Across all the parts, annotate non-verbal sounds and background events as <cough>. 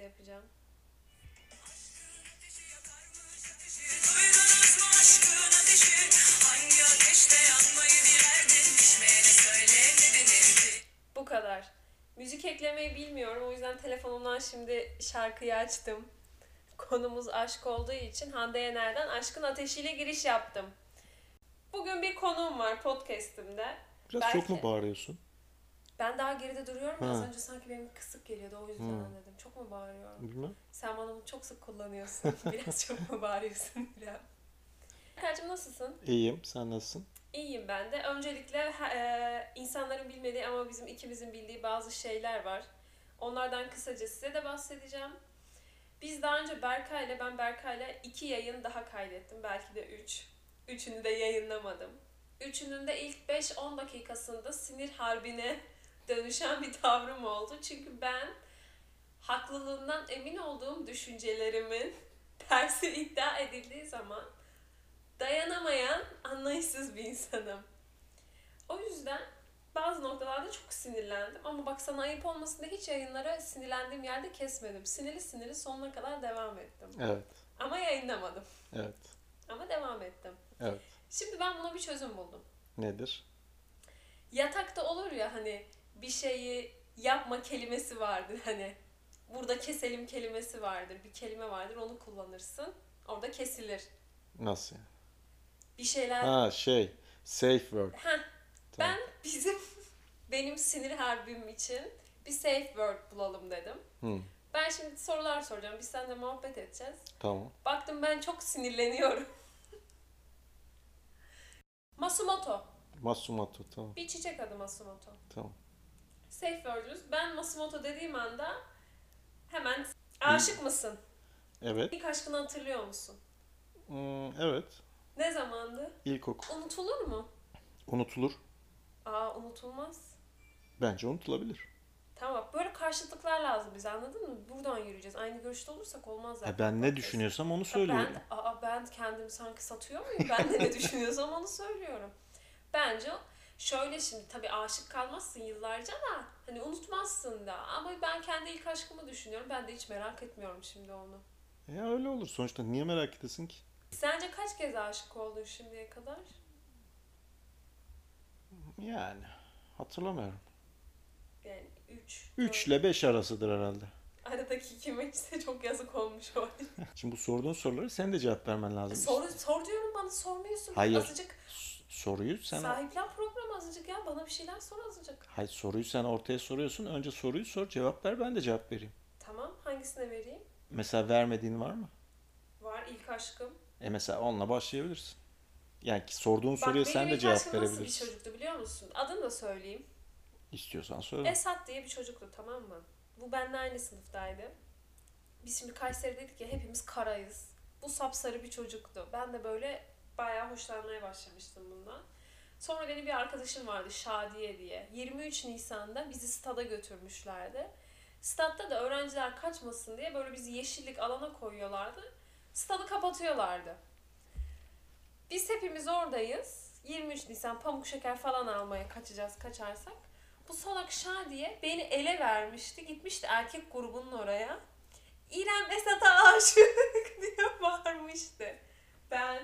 yapacağım. Bu kadar. Müzik eklemeyi bilmiyorum. O yüzden telefonumdan şimdi şarkıyı açtım. Konumuz aşk olduğu için Hande Yener'den Aşkın Ateşi'yle giriş yaptım. Bugün bir konuğum var podcast'imde. Biraz Belki. çok mu bağırıyorsun? Ben daha geride duruyorum. ya, Az Ha. önce sanki benim kısık geliyordu. O yüzden Hmm. dedim. Çok mu bağırıyorum? Bilmem. Sen bana bunu çok sık kullanıyorsun. <laughs> Biraz çok mu bağırıyorsun biraz? Erkacığım nasılsın? İyiyim. Sen nasılsın? İyiyim ben de. Öncelikle ha- e, insanların bilmediği ama bizim ikimizin bildiği bazı şeyler var. Onlardan kısaca size de bahsedeceğim. Biz daha önce Berkay'la, ben Berkay'la iki yayın daha kaydettim. Belki de üç. Üçünü de yayınlamadım. Üçünün de ilk 5-10 dakikasında sinir harbine <laughs> dönüşen bir tavrım oldu. Çünkü ben haklılığından emin olduğum düşüncelerimin <laughs> tersi iddia edildiği zaman dayanamayan, anlayışsız bir insanım. O yüzden bazı noktalarda çok sinirlendim ama bak sana ayıp olmasın diye hiç yayınlara sinirlendiğim yerde kesmedim. Sinirli sinirli sonuna kadar devam ettim. Evet. Ama yayınlamadım. Evet. Ama devam ettim. Evet. Şimdi ben buna bir çözüm buldum. Nedir? Yatakta olur ya hani bir şeyi yapma kelimesi vardır hani. Burada keselim kelimesi vardır. Bir kelime vardır onu kullanırsın. Orada kesilir. Nasıl yani? Bir şeyler Ha şey. Safe word. Heh, Tamam. Ben bizim benim sinir harbim için bir safe word bulalım dedim. Hı, Ben şimdi sorular soracağım. Biz seninle muhabbet edeceğiz. tamam. Baktım ben çok sinirleniyorum. <laughs> Masumoto. Masumato. Tamam. Bir çiçek adı Masumoto. Tamam. Safe word'ümüz. Ben Masumoto dediğim anda hemen aşık mısın? Evet. İlk aşkını hatırlıyor musun? Hmm, evet. Ne zamandı? İlkokul. Unutulur mu? Unutulur. Aa unutulmaz. Bence unutulabilir. Tamam böyle karşıtlıklar lazım bize anladın mı? Buradan yürüyeceğiz. Aynı görüşte olursak olmaz zaten. Ya E, ben ne Bakacağız. düşünüyorsam onu Ya söylüyorum. Ben, aa, ben kendimi sanki satıyor muyum? Ben de <laughs> ne düşünüyorsam onu söylüyorum. Bence şöyle şimdi tabii aşık kalmazsın yıllarca da hani unutmazsın da ama ben kendi ilk aşkımı düşünüyorum. Ben de hiç merak etmiyorum şimdi onu. Ya öyle olur. Sonuçta niye merak edesin ki? Sence kaç kez aşık oldun şimdiye kadar? Yani. Hatırlamıyorum. Yani 3. 3 ile 5 arasıdır herhalde. <laughs> Aradaki kime ise çok yazık olmuş o. Şimdi bu sorduğun soruları sen de cevap vermen lazım. sor, sor diyorum bana sormuyorsun. Hayır. Azıcık S- Soruyu sen Sahiplen programı azıcık ya. Bana bir şeyler sor azıcık. Hayır soruyu sen ortaya soruyorsun. Önce soruyu sor, cevap ver, ben de cevap vereyim. Tamam. Hangisine vereyim? Mesela vermediğin var mı? Var ilk aşkım. E mesela onunla başlayabilirsin. Yani ki sorduğun Bak soruya benim sen de ilk cevap aşkım nasıl bir verebilirsin. çocuktu biliyor musun? Adını da söyleyeyim. İstiyorsan söyle. Esat diye bir çocuktu tamam mı? Bu benimle aynı sınıftaydı. Biz şimdi Kayseri dedik ya hepimiz karayız. Bu sapsarı bir çocuktu. Ben de böyle bayağı hoşlanmaya başlamıştım bundan. Sonra benim bir arkadaşım vardı Şadiye diye. 23 Nisan'da bizi stada götürmüşlerdi. Statta da öğrenciler kaçmasın diye böyle bizi yeşillik alana koyuyorlardı. Stadı kapatıyorlardı. Biz hepimiz oradayız. 23 Nisan pamuk şeker falan almaya kaçacağız kaçarsak. Bu salak Şadiye beni ele vermişti. Gitmişti erkek grubunun oraya. İrem Esat'a aşık <laughs> diye bağırmıştı. Ben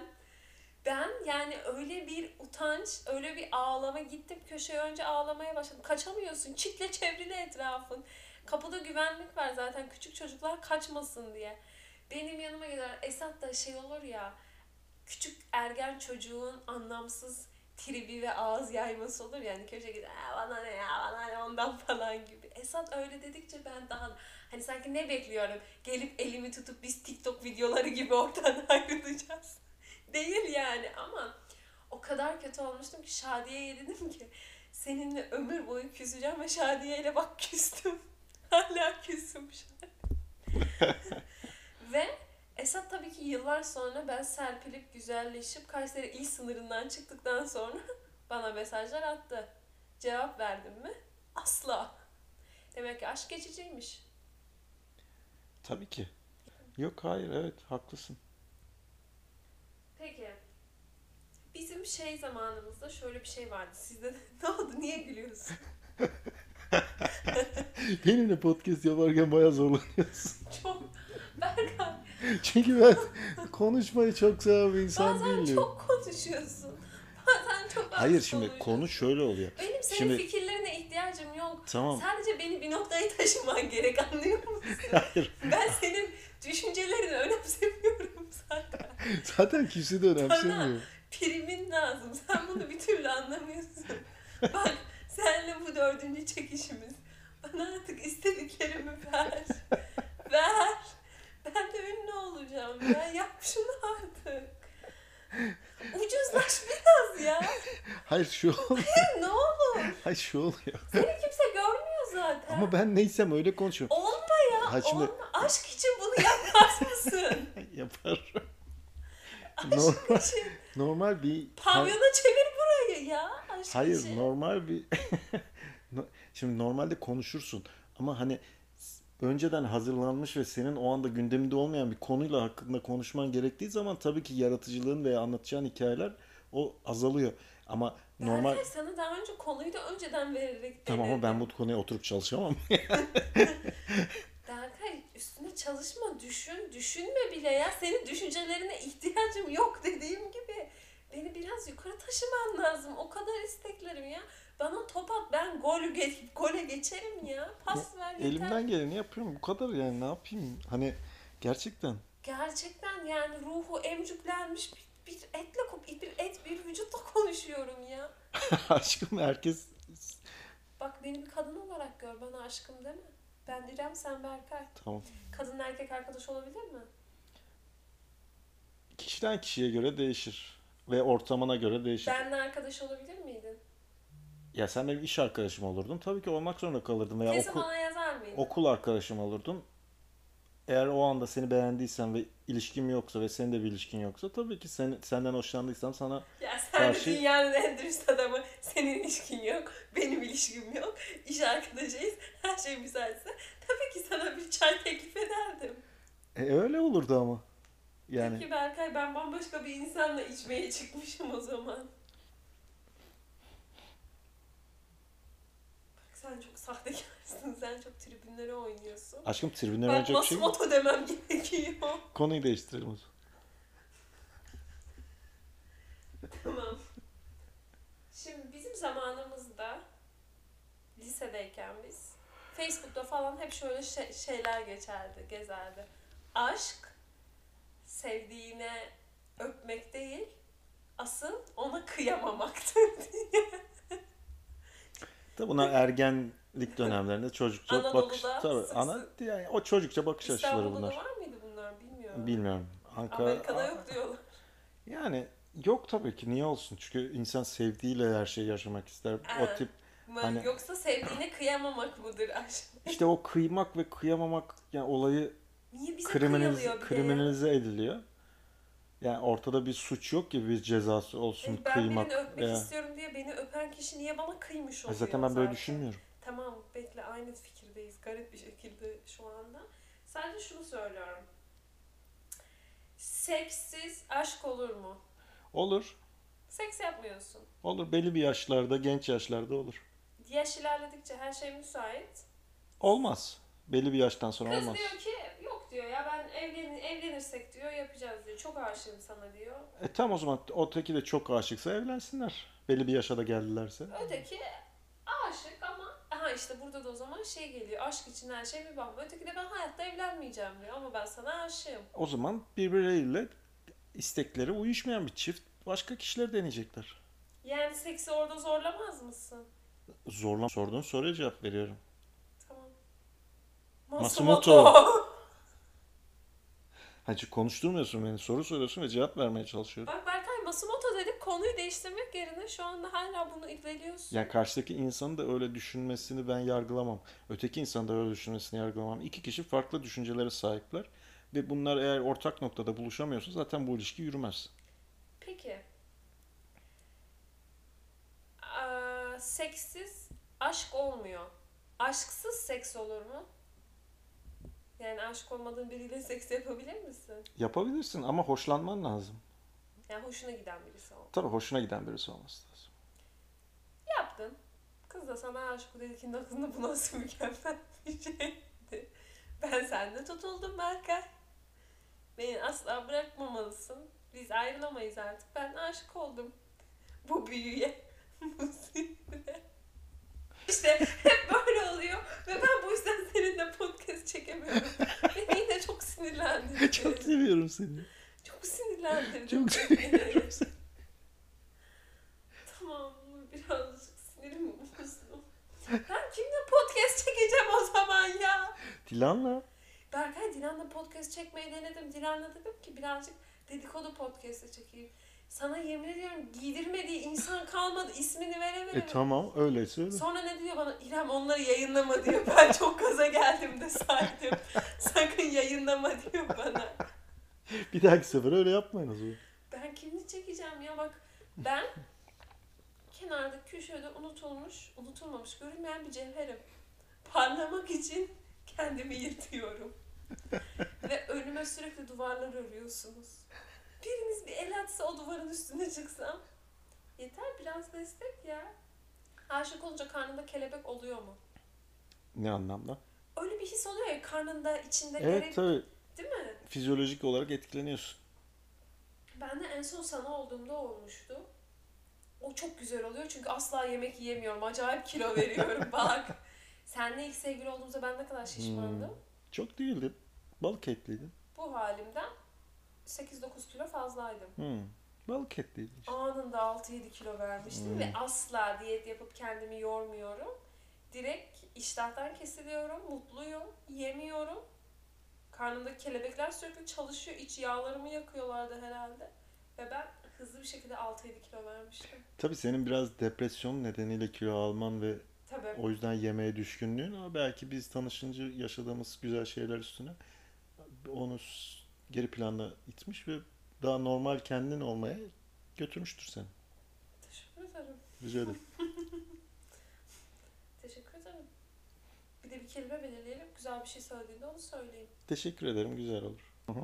ben yani öyle bir utanç, öyle bir ağlama gittim köşeye önce ağlamaya başladım. Kaçamıyorsun. Çitle çevrili etrafın. Kapıda güvenlik var zaten küçük çocuklar kaçmasın diye. Benim yanıma gelen Esat da şey olur ya küçük ergen çocuğun anlamsız tribi ve ağız yayması olur yani köşeye gider "Aa, bana ne ya bana ne ondan <laughs> falan gibi. Esat öyle dedikçe ben daha hani sanki ne bekliyorum gelip elimi tutup biz TikTok videoları gibi oradan <laughs> ayrılacağız. Değil yani ama o kadar kötü olmuştum ki Şadiye'ye dedim ki seninle ömür boyu küseceğim ve Şadiye'yle bak küstüm. <laughs> Hala küsüm şu an. ve Esat tabii ki yıllar sonra ben serpilip güzelleşip Kayseri il sınırından çıktıktan sonra <laughs> bana mesajlar attı. Cevap verdim mi? Asla. Demek ki aşk geçiciymiş. Tabii ki. Yok hayır evet haklısın. <laughs> Peki. Bizim şey zamanımızda şöyle bir şey vardı. Sizde de- <laughs> ne oldu? Niye <laughs> gülüyorsun? Benimle podcast yaparken bayağı zorlanıyorsun. Çok. Berkay. <laughs> Çünkü ben <laughs> konuşmayı çok seven bir insan Bazen değilim. çok konuşuyorsun. <laughs> Bazen çok Hayır haksız şimdi oluyorsun. konu şöyle oluyor. Benim senin Şimdi- fikirlerine ihtiyacım yok. Tamam. Sadece beni bir noktaya taşıman gerek anlıyor musun? <laughs> Hayır. Ben senin düşüncelerini önemsemiyorum zaten. <laughs> Zaten kimse de önemsemiyor. Primin lazım. Sen bunu bir türlü anlamıyorsun. Bak senle bu dördüncü çekişimiz. Bana artık istediklerimi ver. Ver. Ben de ünlü olacağım. Ben yap şunu artık. Ucuzlaş biraz ya. Hayır şu ol- <laughs> Ne olur. hayır şu oluyor. Seni kimse görmüyor zaten. Ama ben neysem öyle konuşuyorum. Olma ya. Ha şimdi- Olma. Aşk için bunu yapmaz mısın? <laughs> Yaparım. Aşk Normal. için. Normal bir şey, Pavyona çevir burayı ya. şey. Aşk Hayır için. normal bir <laughs> No- şimdi normalde konuşursun ama hani s- önceden hazırlanmış ve senin o anda gündeminde olmayan bir konuyla hakkında konuşman gerektiği zaman tabii ki yaratıcılığın veya anlatacağın hikayeler o azalıyor. Ama normal Berkay sana daha önce konuyu da önceden vererek <laughs> tamam ama denedim. ben bu konuya oturup çalışamam. Berkay üstüne çalışma, düşün, düşünme bile ya. Senin düşüncelerine ihtiyacım yok dediğim gibi. Beni biraz yukarı taşıman lazım. O kadar isteklerim ya. Bana top at ben golü ge- gole geçerim ya. Pas ver yeter. Elimden geleni yapıyorum. Bu kadar yani ne yapayım? Hani gerçekten <laughs> Gerçekten yani ruhu emcüklenmiş bir, bir etle ko- bir et bir vücutla konuşuyorum ya. aşkım herkes Bak beni bir kadın olarak gör bana aşkım deme. Ben İrem sen Berkay. tamam. Kadın erkek arkadaş olabilir mi? Kişiden kişiye göre değişir ve ortamına göre değişir. Benle arkadaş olabilir miydin? Ya sen benim iş arkadaşım olurdun. Tabii ki olmak zorunda kalırdın veya Tezi okul, bana yazar mıydın? okul arkadaşım olurdun. Eğer o anda seni beğendiysem ve ilişkim yoksa ve senin de bir ilişkin yoksa tabii ki sen, senden hoşlandıysam sana ya sen de Karşı- dünyanın en dürüst adamı. Senin ilişkin yok, benim ilişkim yok. İş arkadaşıyız, her şey müsaitse. Tabii ki sana bir çay teklif ederdim. E, öyle olurdu ama. Yani. Yani Peki Berkay ben bambaşka bir insanla içmeye çıkmışım o zaman. Bak sen çok sahtekarsın, sen çok tribünlere oynuyorsun. aşkım tribünden Ben önce bir şey mi? Masumoto demem <laughs> gerekiyor. Konuyu değiştirelim o zaman. Tamam. Şimdi bizim zamanımızda lisedeyken biz Facebook'ta falan hep şöyle şey- şeyler geçerdi, gezerdi. Aşk sevdiğine öpmek değil, asıl ona kıyamamaktır diye. Tabii bunlar ergenlik dönemlerinde çocukça Anadolu'da bakış. Tabii, sık ana, yani o çocukça bakış açıları İstanbul'da bunlar. da var mıydı bunlar bilmiyorum. Bilmiyorum. Ankara, Amerika'da yok diyorlar. Yani yok tabii ki niye olsun? Çünkü insan sevdiğiyle her şeyi yaşamak ister. Ha. O tip Hani- Yoksa sevdiğine kıyamamak mıdır aşk? işte o kıymak ve kıyamamak yani olayı Niye bize kriminaliz, kıyılıyor bir de ya? kriminalize ediliyor. Yani ortada bir suç yok ki bir cezası olsun ben kıymak. birini öpmek veya- istiyorum diye beni öpen kişi niye bana kıymış Ay oluyor? zaten ben böyle düşünmüyorum. Tamam bekle aynı fikirdeyiz garip bir şekilde şu anda. Sadece şunu söylüyorum. Seksiz aşk olur mu? Olur. Seks yapmıyorsun. Olur. Belli bir yaşlarda, genç yaşlarda olur. Yaş ilerledikçe her şey müsait. Olmaz. Belli bir yaştan sonra Kız olmaz. diyor ki yok diyor ya ben evlen evlenirsek diyor yapacağız diyor. Çok aşığım sana diyor. E tam o zaman o teki de çok aşıksa evlensinler. Belli bir yaşa da geldilerse. Öteki aşık ama aha işte burada da o zaman şey geliyor. Aşk için her şey bir bahane. Öteki de ben hayatta evlenmeyeceğim diyor ama ben sana aşığım. O zaman birbirleriyle istekleri uyuşmayan bir çift başka kişileri deneyecekler. Yani seksi orada zorlamaz mısın? Zorla sorduğun soruya cevap veriyorum. Tamam. Masumoto. Hacı Hani konuşturmuyorsun beni. Soru soruyorsun ve cevap vermeye çalışıyorum. Bak Berkay Masumoto dedik konuyu değiştirmek yerine şu anda hala bunu irdeliyorsun. Yani karşıdaki insanın da öyle düşünmesini ben yargılamam. Öteki insanın da öyle düşünmesini yargılamam. İki kişi farklı düşüncelere sahipler. Ve bunlar eğer ortak noktada buluşamıyorsa zaten bu ilişki yürümez. Peki. Aa, seksiz aşk olmuyor. Aşksız seks olur mu? Yani aşık olmadığın biriyle seks yapabilir misin? Yapabilirsin ama hoşlanman lazım. Yani hoşuna giden birisi ol. Tabii hoşuna giden birisi olması lazım. Yaptın. Kız da sana aşık dedi ki <laughs> aslında bu nasıl mükemmel bir şeydi. Ben sende tutuldum Berkay. Beni asla bırakmamalısın. Biz ayrılamayız artık. Ben aşık oldum. Bu büyüye. <laughs> Musibe. İşte hep böyle oluyor ve ben bu yüzden seninle podcast çekemiyorum. Beni yine çok sinirlendirdin. <laughs> <laughs> Çok seviyorum seni. Çok sinirlendirdin. Çok seviyorum seni. Tamam mı? Birazcık sinirim bozuldu. Ben kimle podcast çekeceğim o zaman ya? <laughs> Dilan'la Berkay Dilan'la podcast çekmeyi denedim. Dilan'la dedim ki birazcık dedikodu podcast'ı çekeyim. Sana yemin ediyorum giydirmediği insan kalmadı. İsmini veremedim. E tamam öyle söyle. Sonra ne diyor bana? İrem onları yayınlama diyor. Ben çok gaza geldim de <laughs> saydım. Sakın yayınlama diyor bana. Bir dahaki sefer öyle yapmayın o zaman. Ben kimini çekeceğim ya bak. Ben kenarda köşede unutulmuş, unutulmamış, görünmeyen bir cevherim. Parlamak için kendimi yırtıyorum. Ve önüme sürekli duvarlar örüyorsunuz. Biriniz bir el atsa o duvarın üstüne çıksam. Yeter biraz destek ya. Aşık olunca karnında kelebek oluyor mu? Ne anlamda? Öyle bir his oluyor ya karnında, içinde Evet gerek tabii değil mi? fizyolojik olarak etkileniyorsun. Ben de en son sana olduğumda olmuştu. O çok güzel oluyor çünkü asla yemek yiyemiyorum. Acayip kilo veriyorum bak. Seninle ilk sevgili olduğumuzda ben ne kadar şişmandım. Çok değildin. Balık etliydin. Bu halimden 8-9 kilo fazlaydım. Hmm. Balık etliydin. işte. Anında 6-7 kilo vermiştim Hmm. ve asla diyet yapıp kendimi yormuyorum. Direkt iştahtan kesiliyorum, mutluyum, yemiyorum. Karnımdaki kelebekler sürekli çalışıyor, iç yağlarımı yakıyorlardı herhalde. Ve ben hızlı bir şekilde 6-7 kilo vermiştim. Tabii senin biraz depresyon nedeniyle kilo alman ve Tabii. o yüzden yemeğe düşkünlüğün ama belki biz tanışınca yaşadığımız güzel şeyler üstüne onu s- geri plana itmiş ve daha normal kendin olmaya götürmüştür seni. Teşekkür ederim. Rica ederim. Teşekkür ederim. Bir de bir kelime belirleyelim. Güzel bir şey söylediğinde onu söyleyeyim. Teşekkür ederim. Güzel olur. Hı hı.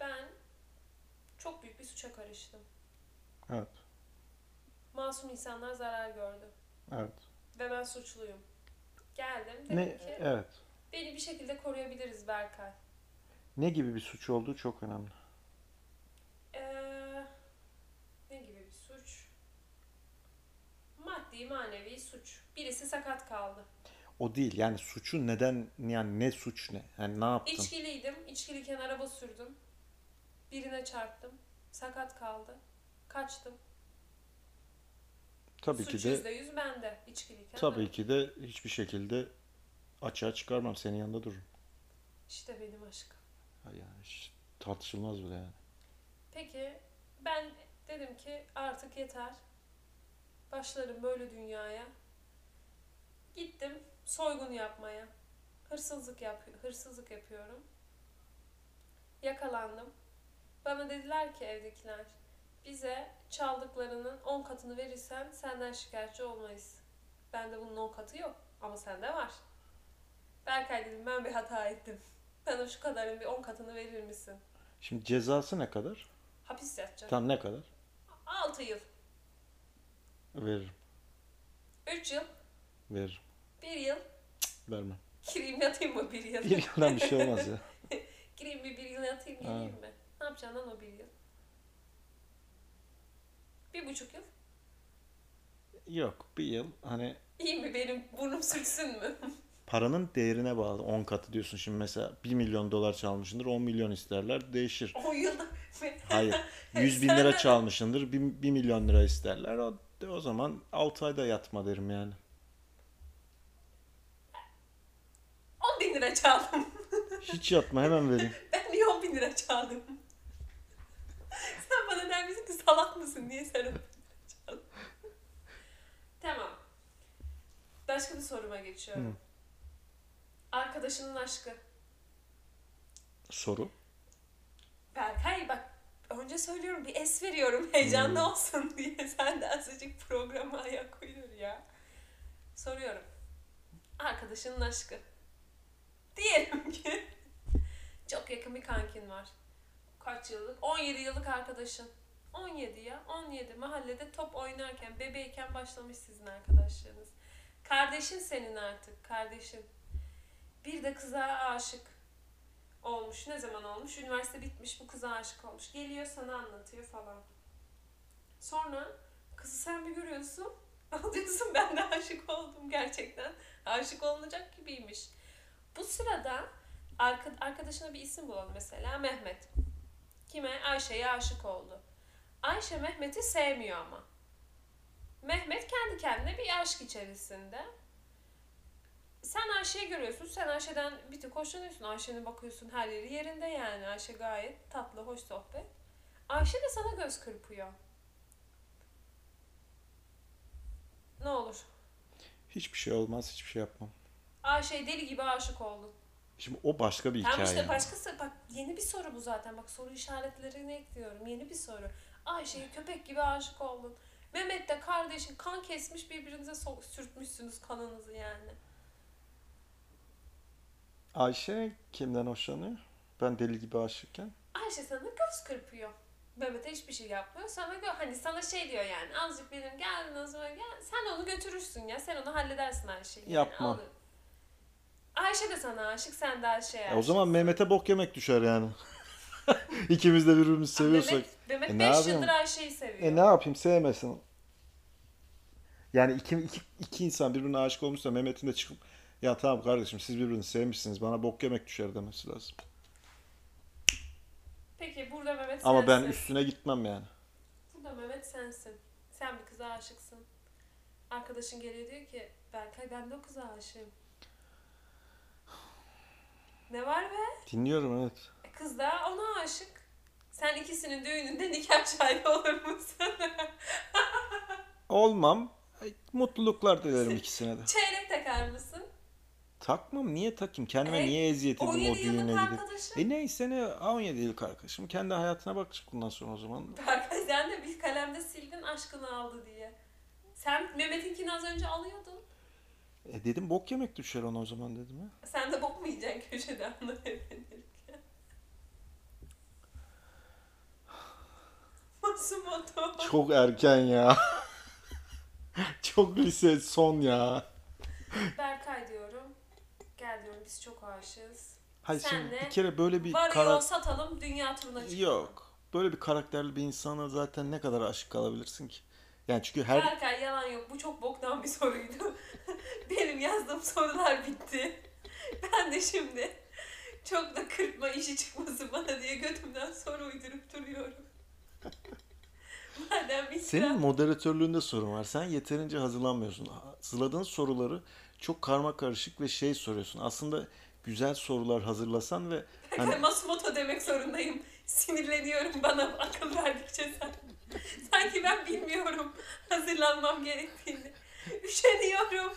Ben çok büyük bir suça karıştım. Evet. Masum insanlar zarar gördü. Evet. Ve ben suçluyum. Geldim dedim Ne? ki Evet. beni bir şekilde koruyabiliriz Berkay. Ne gibi bir suç olduğu çok önemli. Ee, ne gibi bir suç? Maddi manevi suç. Birisi sakat kaldı. O değil. Yani suçu neden yani ne suç ne? Yani ne yaptın? İçkiliydim. İçkiliyken araba sürdüm. Birine çarptım. Sakat kaldı. Kaçtım. tabii Suç ki de yüzde yüz bende içkiliyken. tabii ki de hiçbir şekilde açığa çıkarmam. Senin yanında dururum. İşte benim aşkım. Ha Yani hiç tartışılmaz bile yani. Peki ben dedim ki artık yeter. Başlarım böyle dünyaya. Gittim soygun yapmaya. Hırsızlık yap hırsızlık yapıyorum. Yakalandım. Bana dediler ki evdekiler bize çaldıklarının 10 katını verirsen senden şikayetçi olmayız. Bende bunun 10 katı yok ama sende var. Berkay dedim ben bir hata ettim. Bana şu kadarın bir 10 katını verir misin? Şimdi cezası ne kadar? Hapis yatacağım. Tam ne kadar? 6 yıl, Veririm. 3 yıl, Veririm. 1 yıl. <laughs> Vermem. Gireyim yatayım mı 1 yıl? Bir yıldan bir şey olmaz ya. <laughs> Gireyim bir 1 yıl yatayım geleyim mi? Ne yapacaksın lan o 1 yıl? 1,5 yıl. Yok bir yıl hani İyi mi benim burnum sürtsün mü? <laughs> paranın değerine bağlı 10 katı diyorsun şimdi mesela 1 milyon dolar çalmışsındır 10 milyon isterler değişir. 10 yılda. <laughs> Hayır 100 bin lira çalmışsındır 1, milyon lira isterler o, o zaman 6 ayda yatma derim yani. 10 bin lira çaldım. <laughs> Hiç yatma hemen vereyim. Ben niye 10 bin lira çaldım? <laughs> sen bana der misin ki salak mısın? Niye sen 10 bin lira çaldın? <laughs> tamam. Başka bir soruma geçiyorum. Hı. Arkadaşının aşkı. Soru. Berkay bak önce söylüyorum bir es veriyorum <laughs> heyecanlı olsun diye <laughs> sen de azıcık programa ayak uydur ya. Soruyorum. Arkadaşının aşkı. Diyelim ki <laughs> çok yakın bir kankin var. Kaç yıllık? 17 yıllık arkadaşın. 17 ya 17 mahallede top oynarken bebeyken başlamış sizin arkadaşlığınız. Kardeşin senin artık kardeşin. Bir de kıza aşık olmuş. olmuş. Ne zaman olmuş? Üniversite bitmiş. Bu kıza aşık olmuş. Geliyor sana anlatıyor falan. Sonra kızı sen bir görüyorsun. <laughs> Diyorsun ben de aşık oldum gerçekten. Aşık olunacak gibiymiş. Bu sırada arka- arkadaşına bir isim bulalım mesela Mehmet. Kime? Ayşe'ye aşık oldu. Ayşe Mehmet'i sevmiyor ama. Mehmet kendi kendine bir aşk içerisinde. Sen Ayşe'yi görüyorsun. Sen Ayşe'den bir tık hoşlanıyorsun. Ayşe'nin bakıyorsun her yeri yerinde yani. Ayşe gayet tatlı, hoş sohbet. Ayşe de sana göz kırpıyor. Ne olur. Hiçbir şey olmaz, hiçbir şey yapmam. Ayşe'ye deli gibi aşık oldun. Şimdi o başka bir Tamam hikaye. işte başkası bak yeni bir soru bu zaten. Bak soru işaretlerini ekliyorum. Yeni bir soru. Ayşe'ye köpek gibi aşık oldun. Mehmet de kardeşin kan kesmiş birbirinize so- sürtmüşsünüz kanınızı yani. Ayşe kimden hoşlanıyor? Ben deli gibi aşıkken. Ayşe sana göz kırpıyor. Mehmet'e hiçbir şey yapmıyor. Sana gö- hani sana şey diyor yani azıcık benim gel Nazım'a gel. Sen onu götürürsün ya. Sen onu halledersin Ayşe'yi. Yani Yapma. alır. Ayşe de sana aşık, sen de Ayşe'ye E o aşıksın. zaman Mehmet'e bok yemek düşer yani. <laughs> İkimiz de birbirimizi seviyorsak. Mehmet, E ne Mehmet 5 yapayım? yıldır Ayşe'yi seviyor. E ne yapayım sevmesin. Yani iki, iki, iki insan birbirine aşık olmuşsa Mehmet'in de çıkıp ya tamam kardeşim siz birbirini sevmişsiniz bana bok yemek düşer demesi lazım. Peki burada Mehmet sensin. Ama ben üstüne gitmem yani. Burada Mehmet sensin. Sen bir kıza aşıksın. Arkadaşın geliyor diyor ki Berkay ben de o kıza aşığım. Ne var be? Dinliyorum evet. E, Kız da ona aşık. Sen ikisinin düğününde nikah şahidi olur musun? <laughs> Olmam. Ay, Mutluluklar dilerim ikisine de. Çeyrek takar mısın? Takmam niye takayım? Kendime Evet. niye eziyet edeyim o 17 düğüne yıllık gidip. arkadaşın. E neyse ne 17 yıllık arkadaşım. Kendi hayatına bakacak bundan sonra o zaman. Berkay sen de bir kalemde sildin aşkını aldı diye. Sen Mehmet'inkini az önce alıyordun. E dedim bok yemek düşer ona o zaman dedim ya. Sen de bok mu yiyeceksin köşede anlar <laughs> evlenirken? Masumoto. Çok erken ya. <laughs> Çok lise son ya. Berkay diyorum. Gel diyorum biz çok aşığız. Hayır şimdi Senle bir kere böyle bir Var karak- yol satalım dünya turuna çıkalım. Yok. Böyle bir karakterli bir insana zaten ne kadar aşık kalabilirsin ki? Yani çünkü her Berkay yalan yok bu çok boktan bir soruydu. <laughs> Benim yazdığım sorular bitti. Ben de şimdi çok da kırpma işi çıkmasın bana diye götümden soru uydurup duruyorum. <laughs> Madem bitti. senin moderatörlüğünde sorun var. Sen yeterince hazırlanmıyorsun. Hazırladığın soruları çok karma karışık ve şey soruyorsun. Aslında güzel sorular hazırlasan ve hani Hani... Masumoto demek zorundayım. Sinirleniyorum bana akıl verdikçe sen. Sanki ben bilmiyorum hazırlanmam gerektiğini. Üşeniyorum.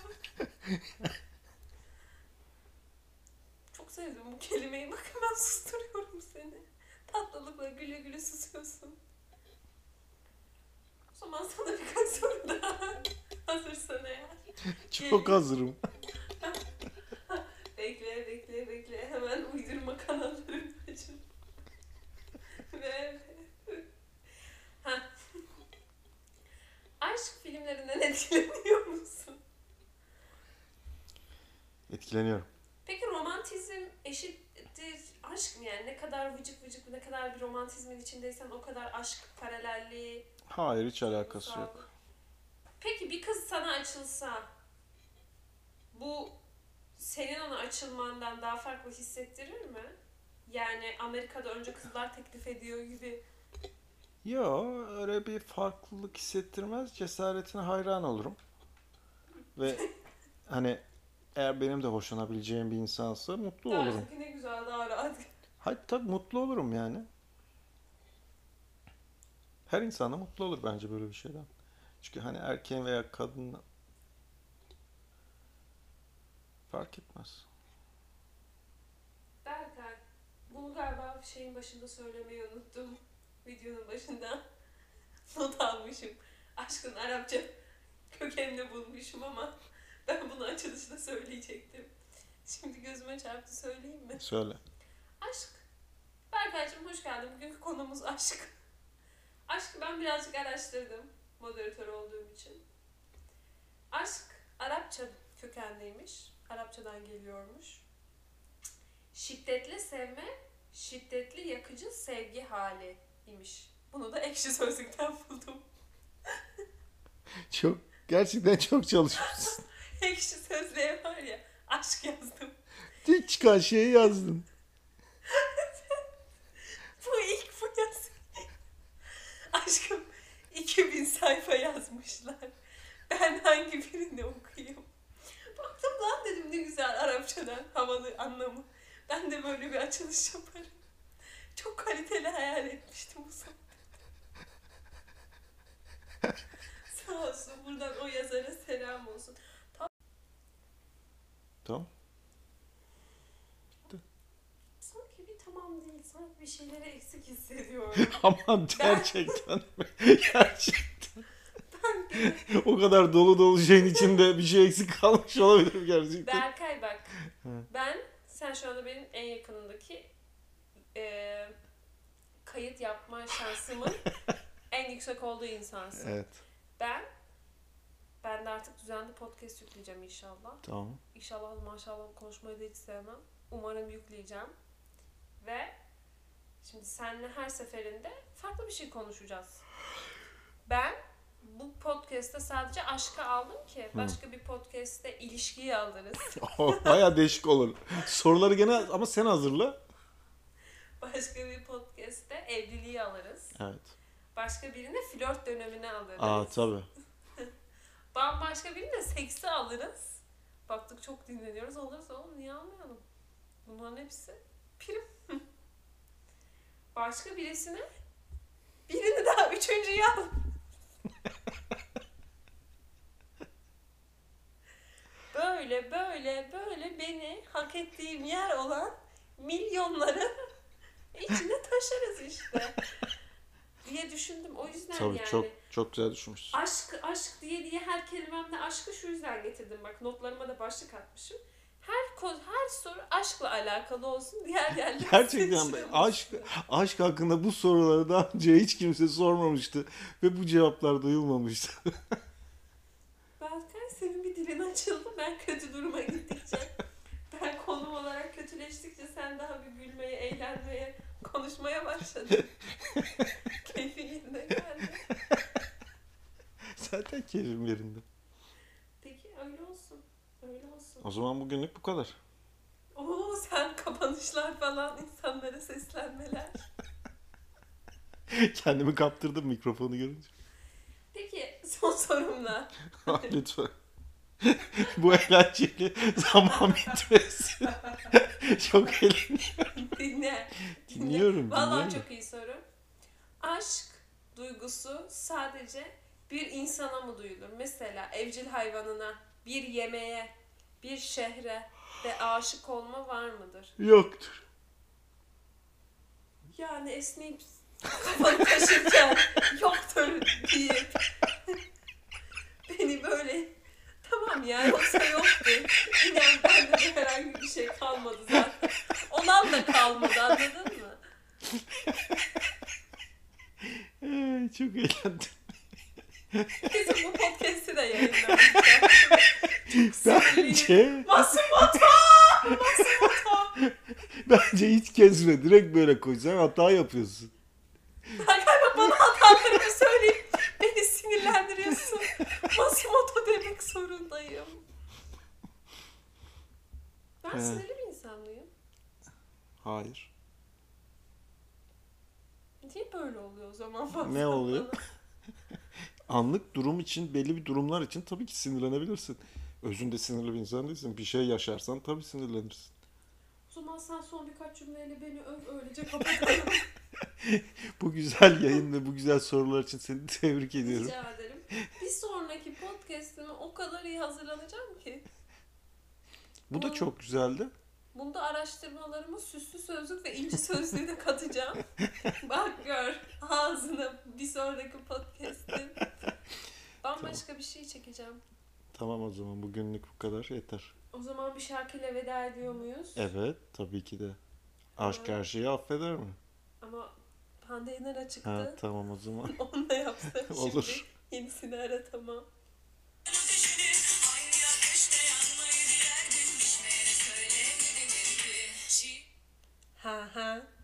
Çok sevdim bu kelimeyi. Bakın ben susturuyorum seni. Tatlılıkla güle güle susuyorsun. O zaman sana birkaç soru daha. Hazırsan eğer. çok hazırım. Bekle bekle bekle hemen uydurma kanallarını açın. Ve Ha. Aşk filmlerinden etkileniyor musun? Etkileniyorum. Peki romantizm eşittir aşk mı yani? Ne kadar vıcık vıcık ne kadar bir romantizmin içindeysen o kadar aşk paralelliği. Hayır hiç alakası yok. Peki bir kız sana açılsa bu senin ona açılmandan daha farklı hissettirir mi? Yani Amerika'da önce kızlar teklif ediyor gibi. Yo öyle bir farklılık hissettirmez. Cesaretine hayran olurum. Ve hani eğer benim de hoşlanabileceğim bir insansa mutlu Daha olurum. öteki ne güzel daha rahat. Hayır tabii mutlu olurum yani. Her insan da mutlu olur bence böyle bir şeyden. Çünkü hani erkeğin veya kadın fark etmez. Berkay, bunu galiba şeyin başında söylemeyi unuttum. Videonun başında <laughs> not almışım. Aşkın Arapça kökenini bulmuşum ama ben bunu açılışta söyleyecektim. Şimdi gözüme çarptı söyleyeyim mi? Söyle. Aşk. Berkaycığım hoş geldin. Bugünkü konumuz aşk. Aşkı ben birazcık araştırdım moderatör olduğum için. Aşk Arapça kökenliymiş. Arapçadan geliyormuş. Şiddetle sevme şiddetli yakıcı sevgi hali imiş. Bunu da ekşi sözlükten <laughs> buldum. Çok gerçekten çok çalışmışsın. ekşi sözlüğe var ya aşk yazdım. Tek çıkan şeyi yazdın. Bu ilk bu yaz. Aşkım 2000 sayfa yazmışlar. Ben hangi birini okuyayım? Baktım lan dedim ne güzel Arapçadan havalı anlamı. Ben de böyle bir açılış yaparım. Çok kaliteli hayal etmiştim bu sefer. <laughs> Sağ olsun buradan o yazara selam olsun. Tamam. Sanki bir tamam değil, sanki bir şeyleri eksik hissediyorum. <laughs> Aman gerçekten. gerçekten. o kadar dolu dolu şeyin içinde bir şey eksik kalmış olabilir gerçekten. Berkay bak. Hı. ben sen şu anda benim en yakınındaki e, kayıt yapma şansımın en yüksek olduğu insansın. Evet. Ben ben de artık düzenli podcast yükleyeceğim inşallah. Tamam. İnşallah maşallah konuşmayı da hiç sevmem. Umarım yükleyeceğim. Ve şimdi seninle her seferinde farklı bir şey konuşacağız. Ben bu podcast'te sadece aşkı aldım ki başka bir podcast'te ilişkiyi alırız. Baya değişik olur. Soruları gene ama sen hazırla. Başka bir podcast'te evliliği alırız. Evet. Başka birine flört dönemini alırız. Aa tabii. Bambaşka birine seksi alırız. Baktık çok dinleniyoruz. Olursa oğlum niye almayalım? Bunların hepsi prim. <laughs> Başka birisine birini daha üçüncüyü al. <laughs> böyle böyle böyle beni hak ettiğim yer olan milyonların <laughs> içine taşırız <laughs> işte. diye düşündüm. O yüzden Tabii yani. çok çok güzel düşünmüşsün. Aşk, aşk diye diye her kelimemle aşkı şu yüzden getirdim. Bak notlarıma da başlık atmışım. Her koz, her soru aşkla alakalı olsun. Diğer yerler <laughs> Gerçekten be, aşk aşk hakkında bu soruları daha önce hiç kimse sormamıştı ve bu cevaplar duyulmamıştı. <laughs> Berkay senin bir dilin açıldı. Ben kötü duruma gittikçe. ben konum olarak kötüleştikçe sen daha bir gülmeye, eğlenmeye, konuşmaya başladın. Keyfin yerine geldi. Zaten keyfim yerinde. Peki öyle olsun. Öyle olsun. O zaman bugünlük bu kadar. Oo sen kapanışlar falan insanlara seslenmeler. Kendimi kaptırdım mikrofonu görünce. Peki son sorumla. Ah, <laughs> Lütfen. bu eğlenceli zaman bitmesin. <laughs> çok eğlenceli. <laughs> Dinle. Dinliyorum, Vallahi dinliyorum. çok iyi soru. Aşk duygusu sadece bir insana mı duyulur? Mesela evcil hayvanına, bir yemeğe, bir şehre de aşık olma var mıdır? Yoktur. Yani esneyip kafanı <laughs> taşırken yoktur deyip beni böyle tamam ya yoksa yoktu. İnan bende de herhangi bir şey kalmadı zaten. Olan da kalmadı anladın mı? Ee, çok eğlendim. Kesin bu podcast'i de yayınlamışlar. Bence, Masum Batu! Masum Batu! bence hiç kesme. Direkt böyle koy. Sen hata yapıyorsun. Ben galiba bana hatalarımı söyleyip beni sinirlendiriyorsun. Masum Batu demek zorundayım. Ben Evet. sinirli bir insan mıyım? Hayır. Niye böyle oluyor o zaman? bana? Ne oluyor? Anlık durum için, belli bir durumlar için tabii ki sinirlenebilirsin. Özünde sinirli bir insan değilsin. Bir şey yaşarsan tabii sinirlenirsin. O zaman sen son birkaç cümleyle beni öv öylece kapatalım. Bu güzel yayın ve bu güzel sorular için seni tebrik ediyorum. Rica ederim. Bir sonraki podcast'ime o kadar iyi hazırlanacağım ki. Bu da çok güzeldi. Bunda araştırmalarımı süslü sözlük ve ince sözlüğü de katacağım. <laughs> Bak gör ağzına bir sonraki podcast'im. Bambaşka bir şey çekeceğim. Tamam o zaman bugünlük bu kadar yeter. O zaman bir şarkıyla veda ediyor muyuz? Evet tabii ki de. Aşk Tamam. her şeyi affeder mi? Ama Hande Yener'e çıktı. Ha tamam o zaman. Onu da yapsam şimdi. <laughs> Olur. Yenisini aratamam. Ha ha.